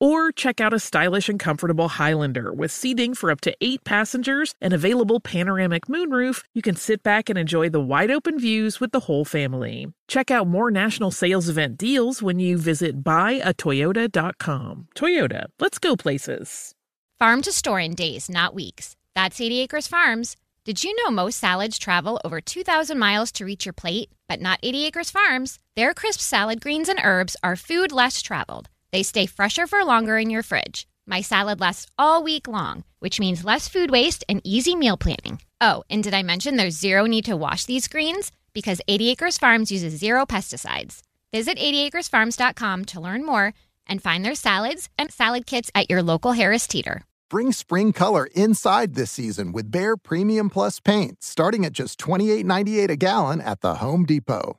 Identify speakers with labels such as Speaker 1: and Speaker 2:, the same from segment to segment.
Speaker 1: Or check out a stylish and comfortable Highlander with seating for up to eight passengers and available panoramic moonroof. You can sit back and enjoy the wide open views with the whole family. Check out more national sales event deals when you visit buyatoyota.com. Toyota, let's go places.
Speaker 2: Farm to store in days, not weeks. That's 80 Acres Farms. Did you know most salads travel over 2,000 miles to reach your plate? But not 80 Acres Farms. Their crisp salad greens and herbs are food less traveled. They stay fresher for longer in your fridge. My salad lasts all week long, which means less food waste and easy meal planning. Oh, and did I mention there's zero need to wash these greens? Because 80 Acres Farms uses zero pesticides. Visit 80acresfarms.com to learn more and find their salads and salad kits at your local Harris Teeter.
Speaker 3: Bring spring color inside this season with Bare Premium Plus paint, starting at just $28.98 a gallon at the Home Depot.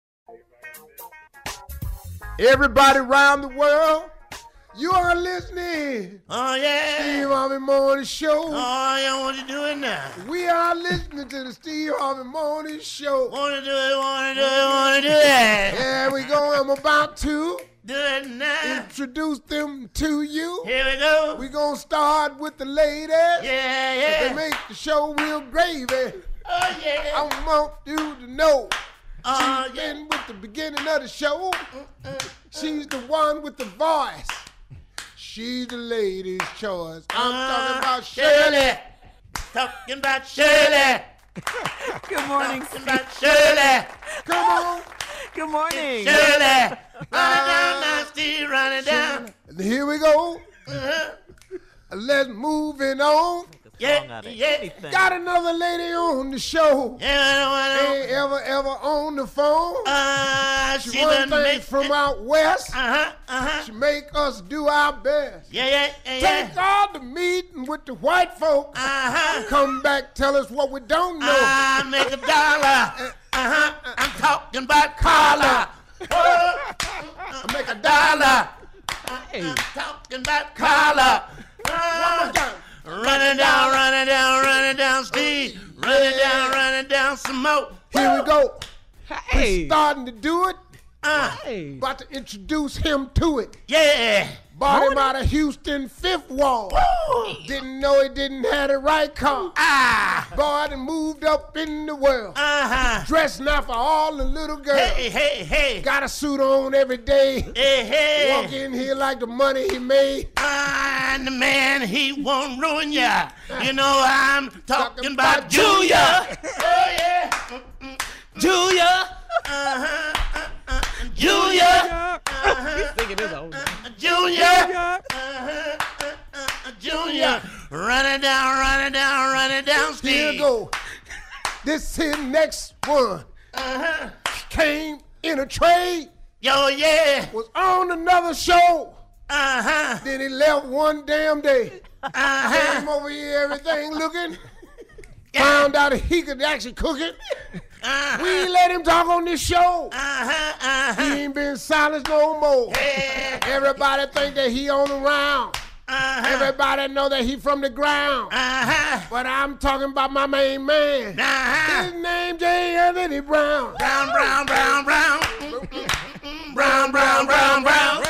Speaker 4: Everybody around the world, you are listening. Oh yeah. Steve Harvey Morning Show. Oh yeah, what you doing now? We are listening to the Steve Harvey Morning Show. Wanna do it? Wanna do it? Wanna do it? There we go. I'm about to. Do it now. Introduce them to you. Here we go. We gonna start with the ladies. Yeah, yeah. They make the show real gravy. Oh yeah. I want you to know. Oh She's been with the beginning of the show. She's the one with the voice. She's the lady's choice. I'm talking about Ah, Shirley. Talking about Shirley.
Speaker 5: Good morning.
Speaker 4: Talking about Shirley. Come on.
Speaker 5: Good morning.
Speaker 4: Shirley. Running down, now Steve, running down. Here we go. Let's moving on. Yeah, yeah. Got another lady on the show. Ain't ever, ever on the phone. Uh, she,
Speaker 6: she
Speaker 4: one
Speaker 6: done
Speaker 4: thing
Speaker 6: make-
Speaker 4: from out west. Uh-huh, uh-huh. She make us do our best. Yeah, yeah, yeah. Take all the meeting with the white folk. Uh-huh. Come back, tell us what we don't know. I make a dollar. Uh-huh. I'm talking about Carla. I make a dollar. I'm talking about Carla. Running down, running down, running down, Steve. Running down, running down some more. Here we go. Hey. We're starting to do it. Uh, About to introduce him to it. Yeah. Bought him out of Houston, fifth wall. Didn't know he didn't have the right car. Ah. Boy, and moved up in the world. Uh-huh. Dressed now for all the little girls. Hey, hey, hey. Got a suit on every day. Hey, hey. Walk in here like the money he made. I'm the man, he won't ruin ya. You know I'm talking, about, Julia. oh, yeah. Julia. Uh-huh. Junior. Junior. Uh-huh, uh, Junior. Run it down, run it down, run it down, Steve. Here you go. This here next one uh-huh. came in a trade. Yo, yeah. Was on another show. Uh-huh. Then he left one damn day. Uh-huh. Came over here, everything looking. Found out he could actually cook it. We ain't let him talk on this show. Uh-huh, uh-huh. He ain't been silenced no more. Everybody think that he on the round. Uh-huh. Everybody know that he from the ground. But I'm talking about my main man. His name J. Anthony Brown. Uh-huh. Brown, brown, brown, brown. brown, brown, brown, brown.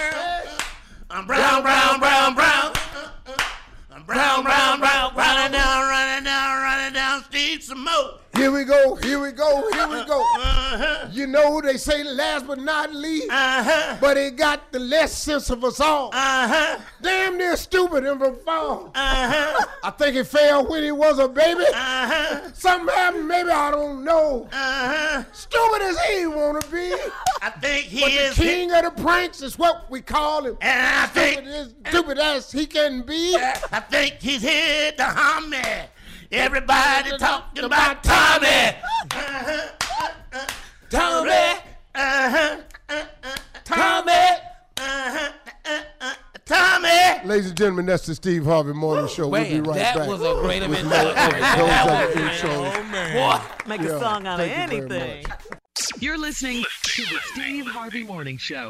Speaker 4: I'm brown, brown, brown, brown. I'm brown, brown, brown, running down, running down, running down, Steve some more. Here we go, here we go, here we go. You know they say last but not least, but it got the less sense of us all. Damn near stupid and profound. I think it fell when he was a baby. Something happened, maybe I don't know. Stupid as he wanna be. I think he is the king of the pranks is what we call him. And I stupid think as, stupid as he can be. I think he's here to harm me. Everybody talking about Tommy. Uh-huh, Tommy. uh, Uh-huh. Tommy. Uh-huh. Tommy. Ladies and gentlemen, that's the Steve Harvey Morning Show. we'll be right back.
Speaker 6: great
Speaker 4: With more of those other good shows.
Speaker 5: Make a song out of
Speaker 4: thank you very
Speaker 5: anything.
Speaker 1: You're listening to the Steve Harvey Morning Show.